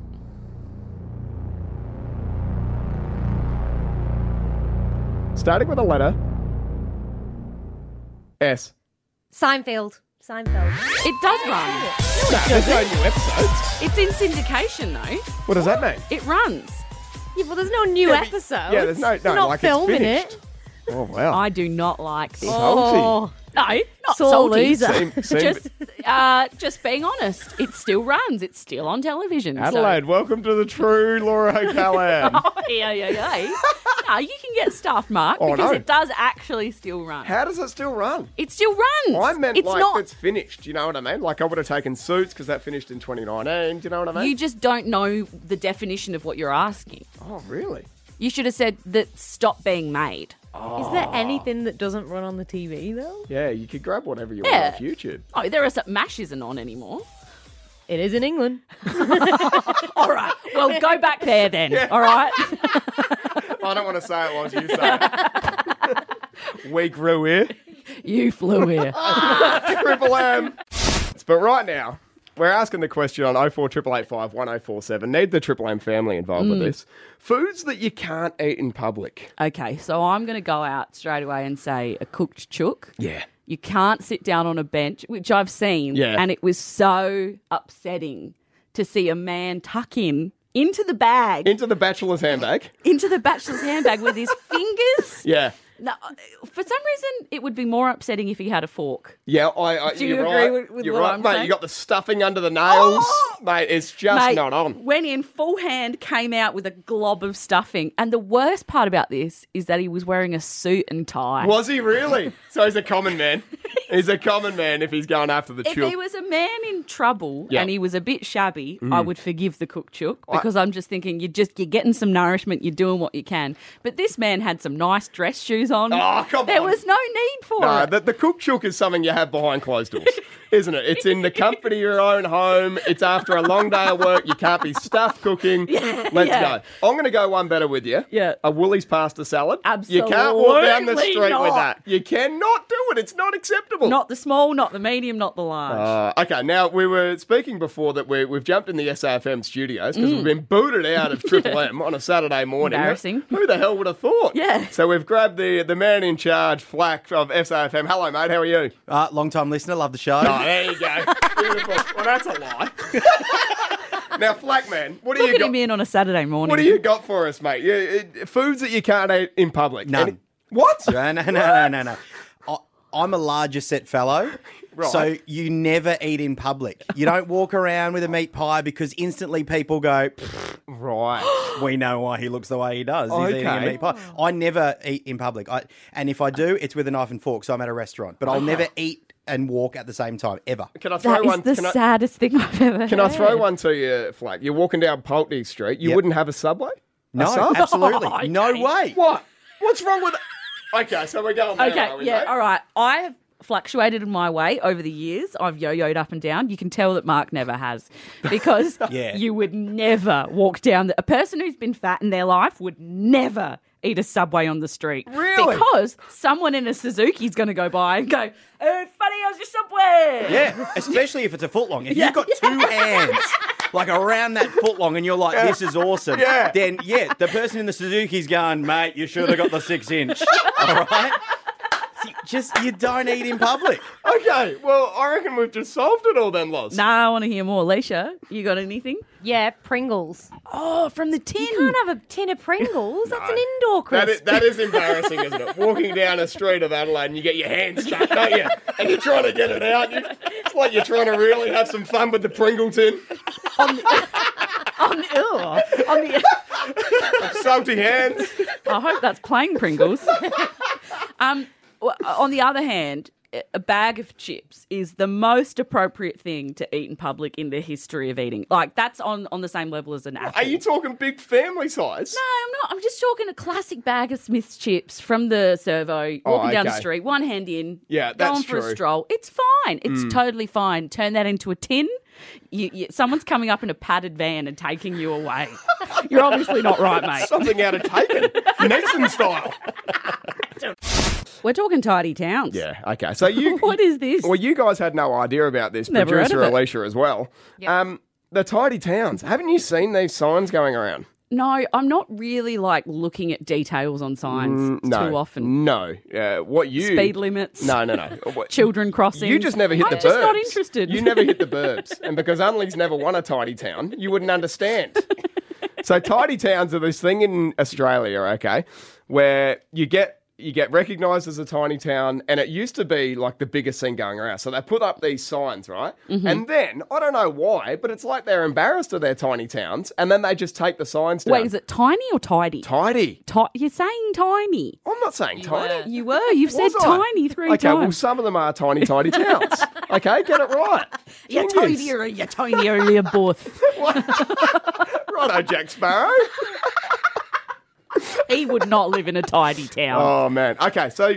[SPEAKER 3] Starting with a letter S.
[SPEAKER 1] Seinfeld. Seinfeld.
[SPEAKER 4] It does run.
[SPEAKER 3] No, there's no new episodes.
[SPEAKER 4] It's in syndication, though.
[SPEAKER 3] What does that mean?
[SPEAKER 4] It runs.
[SPEAKER 1] Yeah, well, there's no new
[SPEAKER 3] Yeah, but-
[SPEAKER 1] episode.
[SPEAKER 3] yeah, there's no- no,
[SPEAKER 1] We're not
[SPEAKER 3] like, it's
[SPEAKER 1] filming
[SPEAKER 3] finished.
[SPEAKER 1] it.
[SPEAKER 3] Oh, wow.
[SPEAKER 4] I do not like this.
[SPEAKER 1] Oh,
[SPEAKER 4] No, not
[SPEAKER 1] Sore
[SPEAKER 4] salty.
[SPEAKER 1] loser.
[SPEAKER 3] Seem- seem-
[SPEAKER 4] Just, uh, just being honest, it still runs. It's still on television. so-
[SPEAKER 3] Adelaide, welcome to the true Laura O'Callaghan.
[SPEAKER 4] Oh, yeah, yeah, yeah. no, you can get stuff, Mark,
[SPEAKER 3] Oh,
[SPEAKER 4] because
[SPEAKER 3] no.
[SPEAKER 4] it does actually still run.
[SPEAKER 3] How does it still run?
[SPEAKER 4] It still runs.
[SPEAKER 3] I meant
[SPEAKER 4] it's
[SPEAKER 3] like
[SPEAKER 4] not.
[SPEAKER 3] it's finished. You know what I mean? Like I would have taken suits because that finished in 2019. Do you know what I mean?
[SPEAKER 4] You just don't know the definition of what you're asking.
[SPEAKER 3] oh, really?
[SPEAKER 4] You should have said that stop being made.
[SPEAKER 1] is there anything that doesn't run on the TV though?
[SPEAKER 3] Yeah, you could grab whatever you
[SPEAKER 4] Yeah.
[SPEAKER 3] want off YouTube.
[SPEAKER 4] Oh, there are some mash isn't on anymore.
[SPEAKER 1] It is in England.
[SPEAKER 4] All right. Well, go back there then. All right.
[SPEAKER 3] I don't want to say it was you say it. we grew here.
[SPEAKER 4] You flew here.
[SPEAKER 3] Triple M. But right now, we're asking the question on 04885 1047. Need the Triple M family involved
[SPEAKER 4] Mm.
[SPEAKER 3] with this. Foods that you can't eat in public.
[SPEAKER 4] okay, so I'm going to go out straight away and say a cooked chook.
[SPEAKER 3] Yeah.
[SPEAKER 4] You can't sit down on a bench, which I've seen.
[SPEAKER 3] Yeah.
[SPEAKER 4] And it was so upsetting to see a man tuck in into the bag,
[SPEAKER 3] Into the bachelor's handbag.
[SPEAKER 4] into the bachelor's handbag with his fingers.
[SPEAKER 3] Yeah.
[SPEAKER 4] No, uh, for some reason, it would be more upsetting if he had a fork.
[SPEAKER 3] Yeah, I, I
[SPEAKER 4] Do you
[SPEAKER 3] you're
[SPEAKER 4] agree
[SPEAKER 3] right.
[SPEAKER 4] with- with
[SPEAKER 3] you're
[SPEAKER 4] what
[SPEAKER 3] right,
[SPEAKER 4] I'm
[SPEAKER 3] mate.
[SPEAKER 4] saying? Oh!
[SPEAKER 3] You got the stuffing under the nails, mate. It's just
[SPEAKER 4] Mate,
[SPEAKER 3] not on.
[SPEAKER 4] Went in full hand, came out with a glob of stuffing. And the worst part about this is that he was wearing a suit and tie.
[SPEAKER 3] Was he really? so he's a common man. He's a common man if he's going after the
[SPEAKER 4] If
[SPEAKER 3] chook.
[SPEAKER 4] he was a man in trouble
[SPEAKER 3] Yeah. Mm.
[SPEAKER 4] and he was a bit shabby, I would forgive the cook chook because I'm just thinking you're just you're getting some nourishment, you're doing what you can. But this man had some nice dress shoes on.
[SPEAKER 3] Oh, come
[SPEAKER 4] there
[SPEAKER 3] on.
[SPEAKER 4] was no need for
[SPEAKER 3] no,
[SPEAKER 4] it.
[SPEAKER 3] the, the cook chook is something you have behind closed doors, isn't it? It's in the comfort of your own home. It's after a long day of work. You can't be stuffed cooking. Let's
[SPEAKER 4] yeah.
[SPEAKER 3] go. I'm going to go one better with you.
[SPEAKER 4] Yeah.
[SPEAKER 3] A Woolies pasta salad. You can't walk down the
[SPEAKER 4] Absolutely
[SPEAKER 3] street with
[SPEAKER 4] not.
[SPEAKER 3] that. You cannot do it. It's not acceptable.
[SPEAKER 4] not the small, not the medium, not the large.
[SPEAKER 3] Uh, okay, now we were speaking before that we, we've jumped in the SAFM studios because we've been booted out of Triple M on a Saturday morning.
[SPEAKER 4] Mm. Embarrassing.
[SPEAKER 3] Who the hell would have thought?
[SPEAKER 4] Yeah.
[SPEAKER 3] So we've grabbed the the man in charge, Flack of SAFM. Hello, mate. How are you?
[SPEAKER 6] Uh, long time listener, love the show.
[SPEAKER 3] Oh, there you go. Beautiful. Well, that's a lie. now, Flack, man, what do
[SPEAKER 4] Look
[SPEAKER 3] you
[SPEAKER 4] at
[SPEAKER 3] got?
[SPEAKER 4] him in on a Saturday morning.
[SPEAKER 3] What do you got for us, mate? You, it- foods that you can't eat in public.
[SPEAKER 6] None.
[SPEAKER 3] Any- what?
[SPEAKER 6] No, no, no, no, no, no. I, I'm a larger set fellow.
[SPEAKER 3] Right.
[SPEAKER 6] So you never eat in public. You don't walk around with a meat pie because instantly people go,
[SPEAKER 3] Right.
[SPEAKER 6] "We know why he looks the way he does. He's eating a
[SPEAKER 3] Okay. Oh.
[SPEAKER 6] meat pie." I never eat in public. I, and if I do, it's with a knife and fork. So I'm at a restaurant, but I'll never eat and walk at the same time ever.
[SPEAKER 3] Can I throw
[SPEAKER 4] That
[SPEAKER 3] one?
[SPEAKER 4] is the
[SPEAKER 3] can, I,
[SPEAKER 4] saddest thing I've ever
[SPEAKER 3] can I
[SPEAKER 4] heard.
[SPEAKER 3] throw one to you, Flack? You're walking down Pulteney Street. You
[SPEAKER 6] Yep.
[SPEAKER 3] wouldn't have a subway.
[SPEAKER 6] No,
[SPEAKER 3] sub?
[SPEAKER 6] absolutely.
[SPEAKER 4] Okay.
[SPEAKER 6] No way.
[SPEAKER 3] What? What's wrong with? Okay, so we're going. There,
[SPEAKER 4] Okay,
[SPEAKER 3] are we,
[SPEAKER 4] yeah,
[SPEAKER 3] mate?
[SPEAKER 4] all right. I have fluctuated in my way over the years. I've yo-yoed up and down. You can tell that Mark never has because
[SPEAKER 6] Yeah.
[SPEAKER 4] you would never walk down. The, a person who's been fat in their life would never eat a subway on the street.
[SPEAKER 6] Really?
[SPEAKER 4] Because someone in a Suzuki's going to go by and go, "Oh, funny, how's your subway?"
[SPEAKER 6] Yeah, especially if it's a footlong. If you've got two hands like around that footlong and you're like, this is awesome,
[SPEAKER 3] Yeah.
[SPEAKER 6] then yeah, the person in the Suzuki's going, mate, you should have got the six inch. All right? You Just you don't eat in public.
[SPEAKER 3] Okay. Well, I reckon we've just solved it all then, Loz.
[SPEAKER 4] Nah, I want to hear more. Alicia, you got anything?
[SPEAKER 1] Yeah, Pringles.
[SPEAKER 4] Oh, from the tin.
[SPEAKER 1] You can't have a tin of Pringles. That's an indoor
[SPEAKER 3] That
[SPEAKER 1] crisp.
[SPEAKER 3] is, that is embarrassing, isn't it? Walking down a street of Adelaide and you get your hands stuck, don't you? And you're trying to get it out. You, it's like you're trying to really have some fun with the Pringle tin.
[SPEAKER 4] on, ew, on the.
[SPEAKER 3] Salty hands.
[SPEAKER 4] I hope that's plain Pringles. um, w- on the other hand, a bag of chips is the most appropriate thing to eat in public in the history of eating. Like that's on on the same level as an apple.
[SPEAKER 3] Are you talking big family size?
[SPEAKER 4] no, I'm not. I'm just talking a classic bag of Smith's chips from the servo, walking down the
[SPEAKER 3] Oh, okay.
[SPEAKER 4] street, one hand in,
[SPEAKER 3] Yeah,
[SPEAKER 4] going
[SPEAKER 3] that's
[SPEAKER 4] for
[SPEAKER 3] true. Mm.
[SPEAKER 4] a stroll. It's fine. It's totally fine. Turn that into a tin. You, you, someone's coming up in a padded van and taking you away. You're obviously not right, mate.
[SPEAKER 3] Something out of Taken, Nixon style.
[SPEAKER 4] We're talking tidy towns.
[SPEAKER 3] Yeah. Okay. So you.
[SPEAKER 4] What is this?
[SPEAKER 3] Well, you guys had no idea about this.
[SPEAKER 4] Never heard of
[SPEAKER 3] Producer
[SPEAKER 4] it.
[SPEAKER 3] Alicia as well. Um, the tidy towns. Haven't you seen these signs going around?
[SPEAKER 4] No, I'm not really like looking at details on signs
[SPEAKER 3] Mm, No.
[SPEAKER 4] too often.
[SPEAKER 3] No. Uh, what you
[SPEAKER 4] Speed limits.
[SPEAKER 3] No, no, no. What-
[SPEAKER 4] Children crossing.
[SPEAKER 3] You just never hit
[SPEAKER 4] I'm
[SPEAKER 3] the
[SPEAKER 4] just
[SPEAKER 3] burbs.
[SPEAKER 4] not interested.
[SPEAKER 3] You never hit the burbs. And because Unley's never won a tidy town, you wouldn't understand. so tidy towns are this thing in Australia, okay, where you get you get recognised as a tiny town, and it used to be like the biggest thing going around. So they put up these signs, right?
[SPEAKER 4] Mm-hmm.
[SPEAKER 3] And then I don't know why, but it's like they're embarrassed of their tiny towns, and then they just take the signs down.
[SPEAKER 4] Wait, is it tiny or tidy?
[SPEAKER 3] tidy?
[SPEAKER 4] Ti- you're saying tiny.
[SPEAKER 3] I'm not saying tidy.
[SPEAKER 4] You were. You've said
[SPEAKER 3] Was I?
[SPEAKER 4] tiny three
[SPEAKER 3] okay, well,
[SPEAKER 4] times.
[SPEAKER 3] some of them are tiny, tiny towns. okay, get it right.
[SPEAKER 4] you're
[SPEAKER 3] Genius.
[SPEAKER 4] tinier. You're tinier. You're both.
[SPEAKER 3] Righto, Jack Sparrow.
[SPEAKER 4] Oh. He would not live in a tidy town.
[SPEAKER 3] Oh man. Okay, so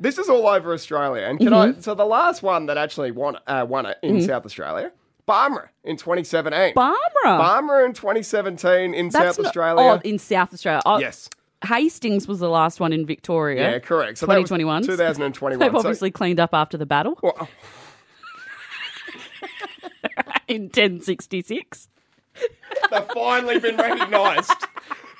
[SPEAKER 3] this is all over Australia, and can
[SPEAKER 4] Mm-hmm.
[SPEAKER 3] I? So the last one that actually won uh, won it in South Australia, Barmera in 2017.
[SPEAKER 4] Barbara.
[SPEAKER 3] Barmera in 2017 in South
[SPEAKER 4] not-
[SPEAKER 3] Australia.
[SPEAKER 4] Oh, in South Australia. Oh,
[SPEAKER 3] yes.
[SPEAKER 4] Hastings was the last one in Victoria.
[SPEAKER 3] Yeah, correct. So that was
[SPEAKER 4] 2021.
[SPEAKER 3] 2021.
[SPEAKER 4] They've
[SPEAKER 3] So-
[SPEAKER 4] obviously cleaned up after the battle
[SPEAKER 3] Well, oh,
[SPEAKER 4] in 1066.
[SPEAKER 3] they've finally been recognised.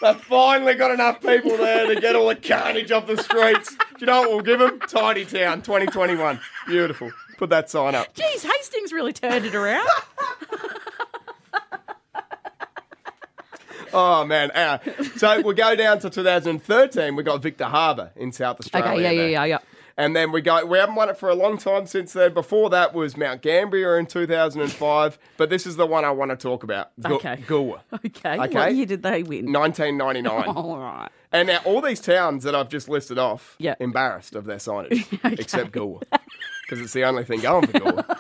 [SPEAKER 3] They've finally got enough people there to get all the carnage off the streets. Do you know what we'll give them? Tidy Town 2021. Beautiful. Put that sign up.
[SPEAKER 4] Geez, Hastings really turned it around.
[SPEAKER 3] Oh man! Uh, so we go down to 2013. We got Victor Harbour in South Australia.
[SPEAKER 4] Okay, yeah, yeah,
[SPEAKER 3] there.
[SPEAKER 4] yeah, yeah.
[SPEAKER 3] And then we go. We haven't won it for a long time since then. Before that was Mount Gambier in 2005. But this is the one I want to talk about. Gu-
[SPEAKER 4] Okay.
[SPEAKER 3] Goa,
[SPEAKER 4] Okay.
[SPEAKER 3] Okay.
[SPEAKER 4] What year did they win?
[SPEAKER 3] 1999.
[SPEAKER 4] All right.
[SPEAKER 3] and now all these towns that I've just listed off,
[SPEAKER 4] Yeah.
[SPEAKER 3] embarrassed of their signage, except Goa, because it's the only thing going for Goa.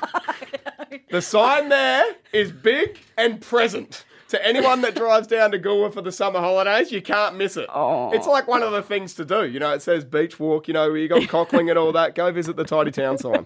[SPEAKER 3] the sign there is big and present. To anyone that drives down to Goa for the summer holidays, you can't miss it. It's like one of the things to do. You know, it says beach walk, you know, you got cockling and all that. Go visit the tidy town sign.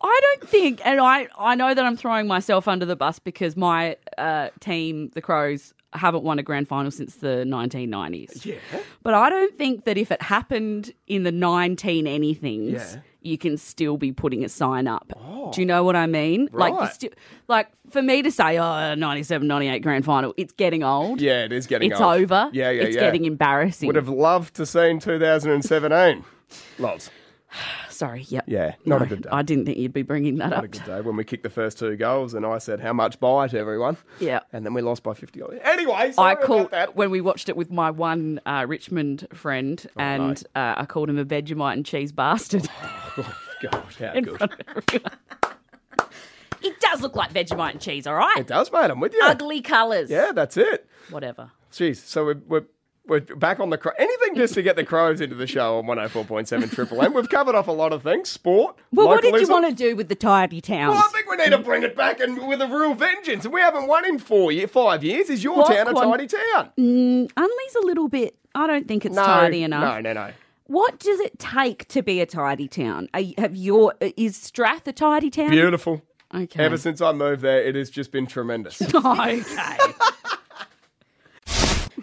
[SPEAKER 4] I don't think, and I, I know that I'm throwing myself under the bus because my uh, team, the Crows, haven't won a grand final since the 1990s. Yeah. But I don't think that if it happened in the 19 anythings,
[SPEAKER 3] Yeah. Oh.
[SPEAKER 4] you can still be putting a sign up. Do you know what I mean? Like, you
[SPEAKER 3] Right.
[SPEAKER 4] still, like for me to say, oh, 97, 98 grand final, it's getting old.
[SPEAKER 3] Yeah, it is getting
[SPEAKER 4] It's
[SPEAKER 3] old.
[SPEAKER 4] over.
[SPEAKER 3] Yeah, yeah,
[SPEAKER 4] It's
[SPEAKER 3] yeah.
[SPEAKER 4] getting embarrassing.
[SPEAKER 3] Would have loved to see in 2017. Lots.
[SPEAKER 4] Sorry. Yep.
[SPEAKER 3] Yeah, not
[SPEAKER 4] No,
[SPEAKER 3] a good day.
[SPEAKER 4] I didn't think you'd be bringing
[SPEAKER 3] Had
[SPEAKER 4] that
[SPEAKER 3] a
[SPEAKER 4] up.
[SPEAKER 3] good day when we kicked the first two goals, and I said, "How much buy to everyone?"
[SPEAKER 4] Yeah.
[SPEAKER 3] and then we lost by fifty. Anyway, sorry
[SPEAKER 4] I called
[SPEAKER 3] about that.
[SPEAKER 4] when we watched it with my one uh, Richmond friend,
[SPEAKER 3] Oh,
[SPEAKER 4] and uh, I called him a Vegemite and cheese bastard.
[SPEAKER 3] God, how
[SPEAKER 4] in
[SPEAKER 3] good.
[SPEAKER 4] front of everyone. it does look like Vegemite and cheese, all right?
[SPEAKER 3] It does, mate. I'm with you.
[SPEAKER 4] Ugly colours.
[SPEAKER 3] Yeah, that's it.
[SPEAKER 4] Whatever.
[SPEAKER 3] Jeez. So we're, we're We're back on the cro- anything just to get the crows into the show on 104.7 Triple M. We've covered off a lot of things sport.
[SPEAKER 7] Well, what did you
[SPEAKER 3] localism.
[SPEAKER 7] want to do with the tidy towns?
[SPEAKER 3] Well, I think we need to bring it back and with a real vengeance. And we haven't won in four year, five years. Is your
[SPEAKER 4] What
[SPEAKER 3] town a
[SPEAKER 4] one-
[SPEAKER 3] tidy town?
[SPEAKER 7] Unley's a little bit. I don't think it's
[SPEAKER 3] no,
[SPEAKER 7] tidy enough.
[SPEAKER 3] No, no, no.
[SPEAKER 7] What does it take to be a tidy town? Are, you- have your uh, is Strath a tidy town?
[SPEAKER 3] Beautiful.
[SPEAKER 7] Okay.
[SPEAKER 4] Mm.
[SPEAKER 3] Ever since I moved there, it has just been tremendous.
[SPEAKER 7] okay.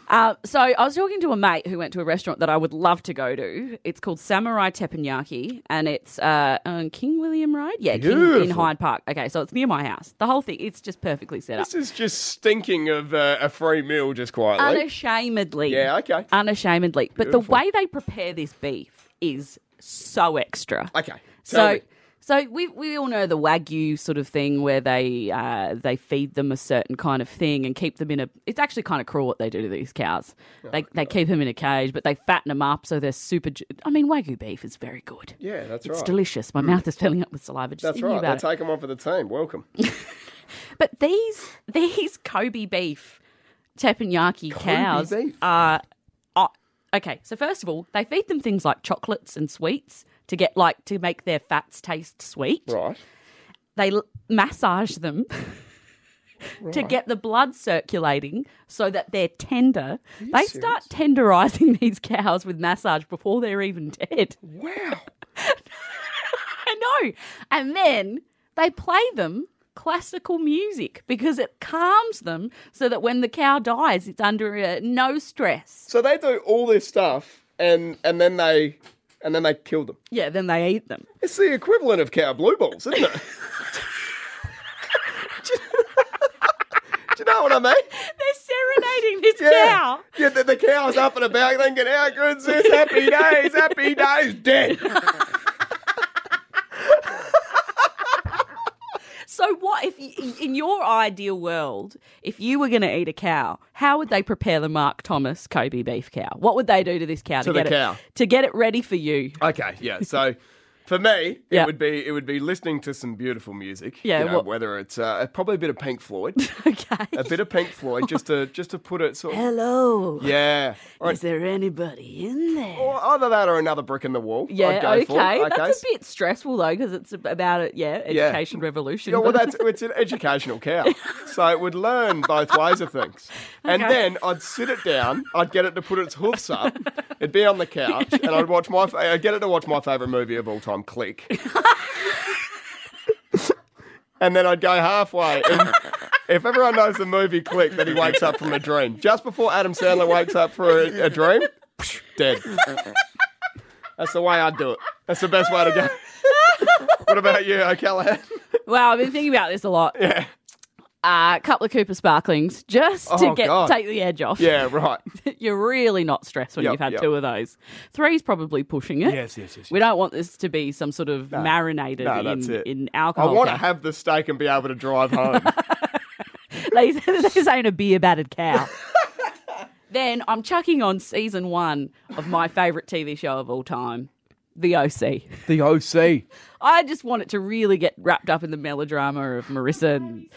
[SPEAKER 4] Uh, so I was talking to a mate who went to a restaurant that I would love to go to. It's called Samurai Teppanyaki, and it's uh, on King William Road. Yeah, King, in
[SPEAKER 3] Beautiful.
[SPEAKER 4] Hyde Park. Okay, so it's near my house. The whole thing, it's just perfectly set up.
[SPEAKER 3] this is just stinking of uh, a free meal just quietly.
[SPEAKER 4] Unashamedly.
[SPEAKER 3] yeah, okay.
[SPEAKER 4] Unashamedly. But the
[SPEAKER 3] Beautiful.
[SPEAKER 4] way they prepare this beef is so extra.
[SPEAKER 3] Okay. tell
[SPEAKER 4] So,
[SPEAKER 3] me.
[SPEAKER 4] so we we all know the wagyu sort of thing where they uh, they feed them a certain kind of thing and keep them in a. It's actually kind of cruel what they do to these cows. They they keep them in a cage, but they fatten them up so they're super. ju- I mean, wagyu beef is very good.
[SPEAKER 3] Yeah, that's
[SPEAKER 4] It's
[SPEAKER 3] right. Mm.
[SPEAKER 4] delicious. My mouth is filling up with saliva just
[SPEAKER 3] That's
[SPEAKER 4] thinking
[SPEAKER 3] right. They'll
[SPEAKER 4] about it.
[SPEAKER 3] take them on for the team. Welcome.
[SPEAKER 4] But these these Kobe beef teppanyaki cows
[SPEAKER 3] beef.
[SPEAKER 4] are, are okay. So first of all, they feed them things like chocolates and sweets to get like to make their fats taste sweet.
[SPEAKER 3] right.
[SPEAKER 4] They l- massage them. To get the blood circulating so that they're tender, they start tenderizing these cows with massage before they're even dead.
[SPEAKER 3] Wow.
[SPEAKER 4] I know. And then they play them classical music because it calms them so that when the cow dies, it's under uh, no stress.
[SPEAKER 3] So they do all this stuff and and then they and then they kill them.
[SPEAKER 4] Yeah, then they eat them.
[SPEAKER 3] It's the equivalent of cow blue balls, isn't it? Do you know what I mean?
[SPEAKER 4] They're serenading this cow.
[SPEAKER 3] Yeah, the, the cow's up and about thinking, how good's this? Happy days, happy days, dead.
[SPEAKER 4] So, what if, y- in your ideal world, if you were going to eat a cow, how would they prepare the Mark Thomas Kobe beef cow? What would they do to this cow
[SPEAKER 3] To
[SPEAKER 4] to
[SPEAKER 3] the
[SPEAKER 4] get
[SPEAKER 3] cow.
[SPEAKER 4] it to get it ready for you?
[SPEAKER 3] Okay, yeah. So for me,
[SPEAKER 4] Yeah.
[SPEAKER 3] it would be it would be listening to some beautiful music.
[SPEAKER 4] Yeah,
[SPEAKER 3] you know,
[SPEAKER 4] what-
[SPEAKER 3] whether it's uh, probably a bit of Pink Floyd,
[SPEAKER 4] Okay.
[SPEAKER 3] a bit of Pink Floyd, just to just to put it sort of
[SPEAKER 4] Hello.
[SPEAKER 3] yeah. Or,
[SPEAKER 4] Is there anybody in there?
[SPEAKER 3] or either that or another brick in the wall. I'd
[SPEAKER 4] Yeah,
[SPEAKER 3] go
[SPEAKER 4] okay.
[SPEAKER 3] for. okay.
[SPEAKER 4] That's a bit stressful though, because it's ab- about it. Yeah,
[SPEAKER 3] Yeah.
[SPEAKER 4] education revolution.
[SPEAKER 3] Yeah, well,
[SPEAKER 4] but-
[SPEAKER 3] that's it's an educational cow, so it would learn both ways of things. And
[SPEAKER 4] Okay.
[SPEAKER 3] then I'd sit it down, I'd get it to put its hoofs up, it'd be on the couch, and I'd watch my, fa- I'd get it to watch my favorite movie of all time, Click. and then I'd go halfway. And if everyone knows the movie Click, then he wakes up from a dream just before Adam Sandler wakes up for a, a dream. Dead. That's the way I'd do it. That's the best way to go. what about you, O'Callaghan?
[SPEAKER 4] wow, I've been thinking about this a lot. Yeah. Uh, a couple of Cooper Sparklings just
[SPEAKER 3] Oh,
[SPEAKER 4] to get
[SPEAKER 3] God.
[SPEAKER 4] take the edge off.
[SPEAKER 3] Yeah, right.
[SPEAKER 4] You're really not stressed when
[SPEAKER 3] Yep,
[SPEAKER 4] you've had
[SPEAKER 3] yep.
[SPEAKER 4] two of those. Three's probably pushing it.
[SPEAKER 3] Yes, yes, yes,
[SPEAKER 4] We don't want this to be some sort of marinated
[SPEAKER 3] No,
[SPEAKER 4] in,
[SPEAKER 3] that's it.
[SPEAKER 4] in
[SPEAKER 3] I
[SPEAKER 4] alcohol.
[SPEAKER 3] want to
[SPEAKER 4] cow.
[SPEAKER 3] have the steak and be able to drive home.
[SPEAKER 4] they this ain't a beer battered cow. then I'm chucking on season one of my favourite TV show of all time, The OC.
[SPEAKER 3] the OC.
[SPEAKER 4] I just want it to really get wrapped up in the melodrama of Marissa and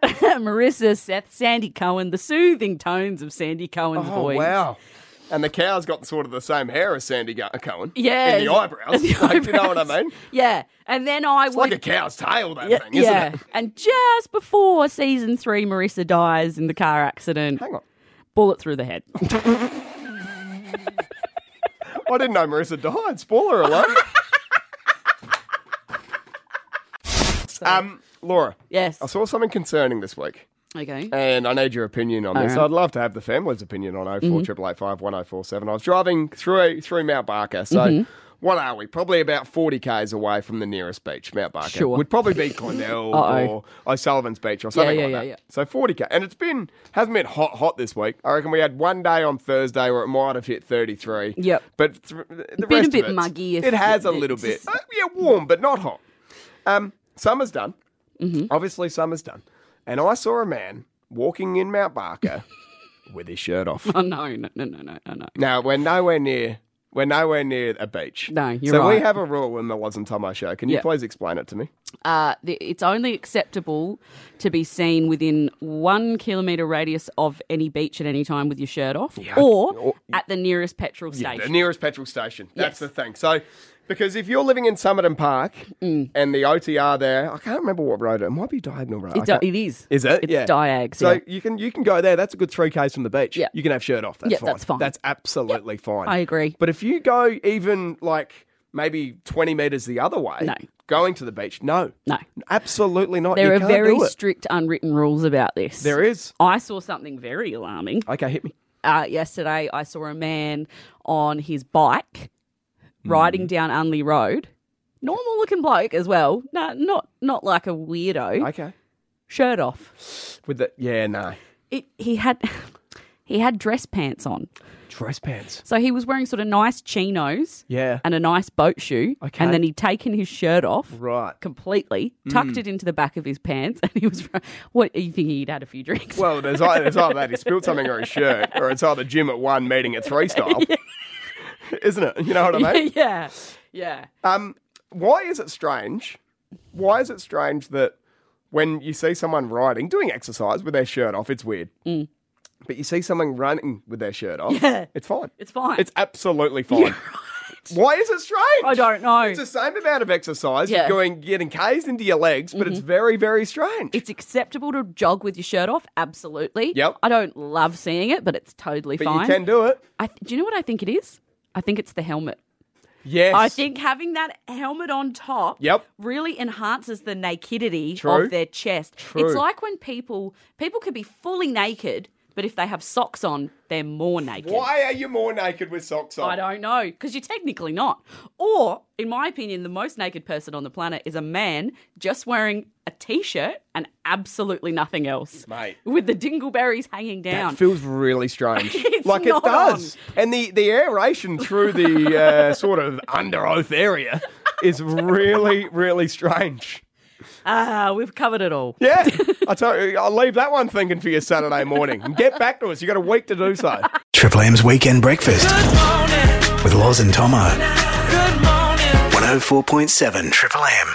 [SPEAKER 4] Marissa, Seth, Sandy Cohen, the soothing tones of Sandy Cohen's
[SPEAKER 3] Oh,
[SPEAKER 4] voice.
[SPEAKER 3] wow. And the cow's got sort of the same hair as Sandy Go- Cohen.
[SPEAKER 4] Yeah.
[SPEAKER 3] In the eyebrows.
[SPEAKER 4] And the
[SPEAKER 3] Like, you know what I
[SPEAKER 4] eyebrows.
[SPEAKER 3] mean?
[SPEAKER 4] Yeah. And then I
[SPEAKER 3] It's
[SPEAKER 4] would
[SPEAKER 3] like a cow's tail, that
[SPEAKER 4] yeah,
[SPEAKER 3] thing, isn't
[SPEAKER 4] yeah.
[SPEAKER 3] it?
[SPEAKER 4] And just before season three, Marissa dies in the car accident.
[SPEAKER 3] Hang on.
[SPEAKER 4] Bullet through the head.
[SPEAKER 3] I didn't know Marissa died. Spoiler alert. um, Laura,
[SPEAKER 4] Yes.
[SPEAKER 3] I saw Uh, something concerning this week.
[SPEAKER 4] Okay.
[SPEAKER 3] and I need your opinion on this. I'd love to have the family's opinion on
[SPEAKER 4] Mm-hmm.
[SPEAKER 3] 04 885 1047. I was driving through through Mount Barker, so
[SPEAKER 4] Mm-hmm.
[SPEAKER 3] what are we? Probably about 40 k's away from the nearest beach, Mount Barker.
[SPEAKER 4] Sure.
[SPEAKER 3] Would probably be Cornell
[SPEAKER 4] Uh-oh.
[SPEAKER 3] or O'Sullivan's Beach or something
[SPEAKER 4] yeah,
[SPEAKER 3] like
[SPEAKER 4] yeah,
[SPEAKER 3] that.
[SPEAKER 4] yeah.
[SPEAKER 3] So 40 k, and it's been hasn't been hot hot this week. I reckon we had one day on Thursday where it might have hit 33.
[SPEAKER 4] Yep.
[SPEAKER 3] but th- the
[SPEAKER 4] Been a
[SPEAKER 3] rest
[SPEAKER 4] bit
[SPEAKER 3] of it,
[SPEAKER 4] muggy if-
[SPEAKER 3] It has a
[SPEAKER 4] it's
[SPEAKER 3] little bit,
[SPEAKER 4] just-
[SPEAKER 3] Uh, yeah, warm but not hot. Um, summer's done. Mm-hmm. Obviously, summer's done. And I saw a man walking in Mount Barker with his shirt off.
[SPEAKER 4] Oh no, no, no, no, no, no.
[SPEAKER 3] Now, we're nowhere near. We're nowhere near a beach.
[SPEAKER 4] No, you're
[SPEAKER 3] so we
[SPEAKER 4] right.
[SPEAKER 3] have a rule in the Wasn't Tomo show. Can you
[SPEAKER 4] Yeah.
[SPEAKER 3] please explain it to me?
[SPEAKER 4] Uh, the, it's only acceptable to be seen within one kilometre radius of any beach at any time with your shirt off, or, at the nearest petrol station.
[SPEAKER 3] Oh, The nearest petrol station. That's
[SPEAKER 4] Yes.
[SPEAKER 3] the thing. So, because if you're living in Summerton Park and the OTR there, I can't remember what road it, it might be Diagonal Road. I
[SPEAKER 4] It's,
[SPEAKER 3] can't-
[SPEAKER 4] it is.
[SPEAKER 3] Is it?
[SPEAKER 4] It's
[SPEAKER 3] yeah.
[SPEAKER 4] diags.
[SPEAKER 3] So
[SPEAKER 4] yeah.
[SPEAKER 3] you can you can go there. That's a good three k's from the beach.
[SPEAKER 4] Yeah.
[SPEAKER 3] You can have shirt off. That's
[SPEAKER 4] Yeah,
[SPEAKER 3] fine.
[SPEAKER 4] that's fine.
[SPEAKER 3] That's absolutely fine.
[SPEAKER 4] I agree.
[SPEAKER 3] But if you go even like maybe twenty meters the other way,
[SPEAKER 4] No.
[SPEAKER 3] going to the beach, no,
[SPEAKER 4] No.
[SPEAKER 3] absolutely not.
[SPEAKER 4] There
[SPEAKER 3] You
[SPEAKER 4] are
[SPEAKER 3] can't
[SPEAKER 4] very
[SPEAKER 3] do it.
[SPEAKER 4] strict, unwritten rules about this.
[SPEAKER 3] There is.
[SPEAKER 4] I saw something very alarming.
[SPEAKER 3] Okay, hit me.
[SPEAKER 4] uh, yesterday, I saw a man on his bike riding
[SPEAKER 3] Mm.
[SPEAKER 4] down Unley Road. Normal looking bloke as well. No, not not like a weirdo.
[SPEAKER 3] Okay.
[SPEAKER 4] Shirt off.
[SPEAKER 3] With the yeah, no
[SPEAKER 4] It, he had he had dress pants on,
[SPEAKER 3] dress pants.
[SPEAKER 4] so he was wearing sort of nice chinos
[SPEAKER 3] Yeah.
[SPEAKER 4] and a nice boat shoe.
[SPEAKER 3] Okay. mm.
[SPEAKER 4] And then he'd taken his shirt off
[SPEAKER 3] Right.
[SPEAKER 4] completely, tucked it into the back of his pants, and he was. What are you thinking? He'd had a few drinks.
[SPEAKER 3] Well, there's either, there's either that he spilled something on his shirt, or it's either Jim at one meeting at three style, isn't it? You know what I mean?
[SPEAKER 4] yeah, yeah.
[SPEAKER 3] Um, why is it strange? Why is it strange that when you see someone riding, doing exercise with their shirt off, it's weird.
[SPEAKER 4] Mm.
[SPEAKER 3] But you see someone running with their shirt off, it's fine.
[SPEAKER 4] It's fine.
[SPEAKER 3] It's absolutely fine. Why is it strange?
[SPEAKER 4] I don't know.
[SPEAKER 3] It's the same amount of exercise.
[SPEAKER 4] Yeah. Mm-hmm.
[SPEAKER 3] You're going getting K's into your legs, but it's very, very strange.
[SPEAKER 4] It's acceptable to jog with your shirt off, absolutely.
[SPEAKER 3] Yep.
[SPEAKER 4] I don't love seeing it, but it's totally
[SPEAKER 3] but
[SPEAKER 4] fine.
[SPEAKER 3] you can do it.
[SPEAKER 4] I th- do you know what I think it is? I think it's the helmet.
[SPEAKER 3] Yes.
[SPEAKER 4] I think having that helmet on top
[SPEAKER 3] Yep.
[SPEAKER 4] really enhances the nakedity
[SPEAKER 3] True.
[SPEAKER 4] of their chest.
[SPEAKER 3] True.
[SPEAKER 4] It's like when people people could be fully naked, but if they have socks on, they're more naked.
[SPEAKER 3] Why are you more naked with socks on?
[SPEAKER 4] I don't know, because you're technically not. Or, in my opinion, the most naked person on the planet is a man just wearing a t shirt and absolutely nothing else.
[SPEAKER 3] Mate.
[SPEAKER 4] With the dingleberries hanging
[SPEAKER 3] That
[SPEAKER 4] down.
[SPEAKER 3] feels really strange.
[SPEAKER 4] It's
[SPEAKER 3] like it
[SPEAKER 4] not
[SPEAKER 3] does. And the, the aeration through the uh, sort of under oath area is really, really strange.
[SPEAKER 4] Ah, we've covered it all.
[SPEAKER 3] Yeah. I tell you, I'll leave that one thinking for you Saturday morning. Get back to us. You've got a week to do so.
[SPEAKER 2] Triple M's Weekend Breakfast oh with Loz and Tomo. 104.7 Triple M.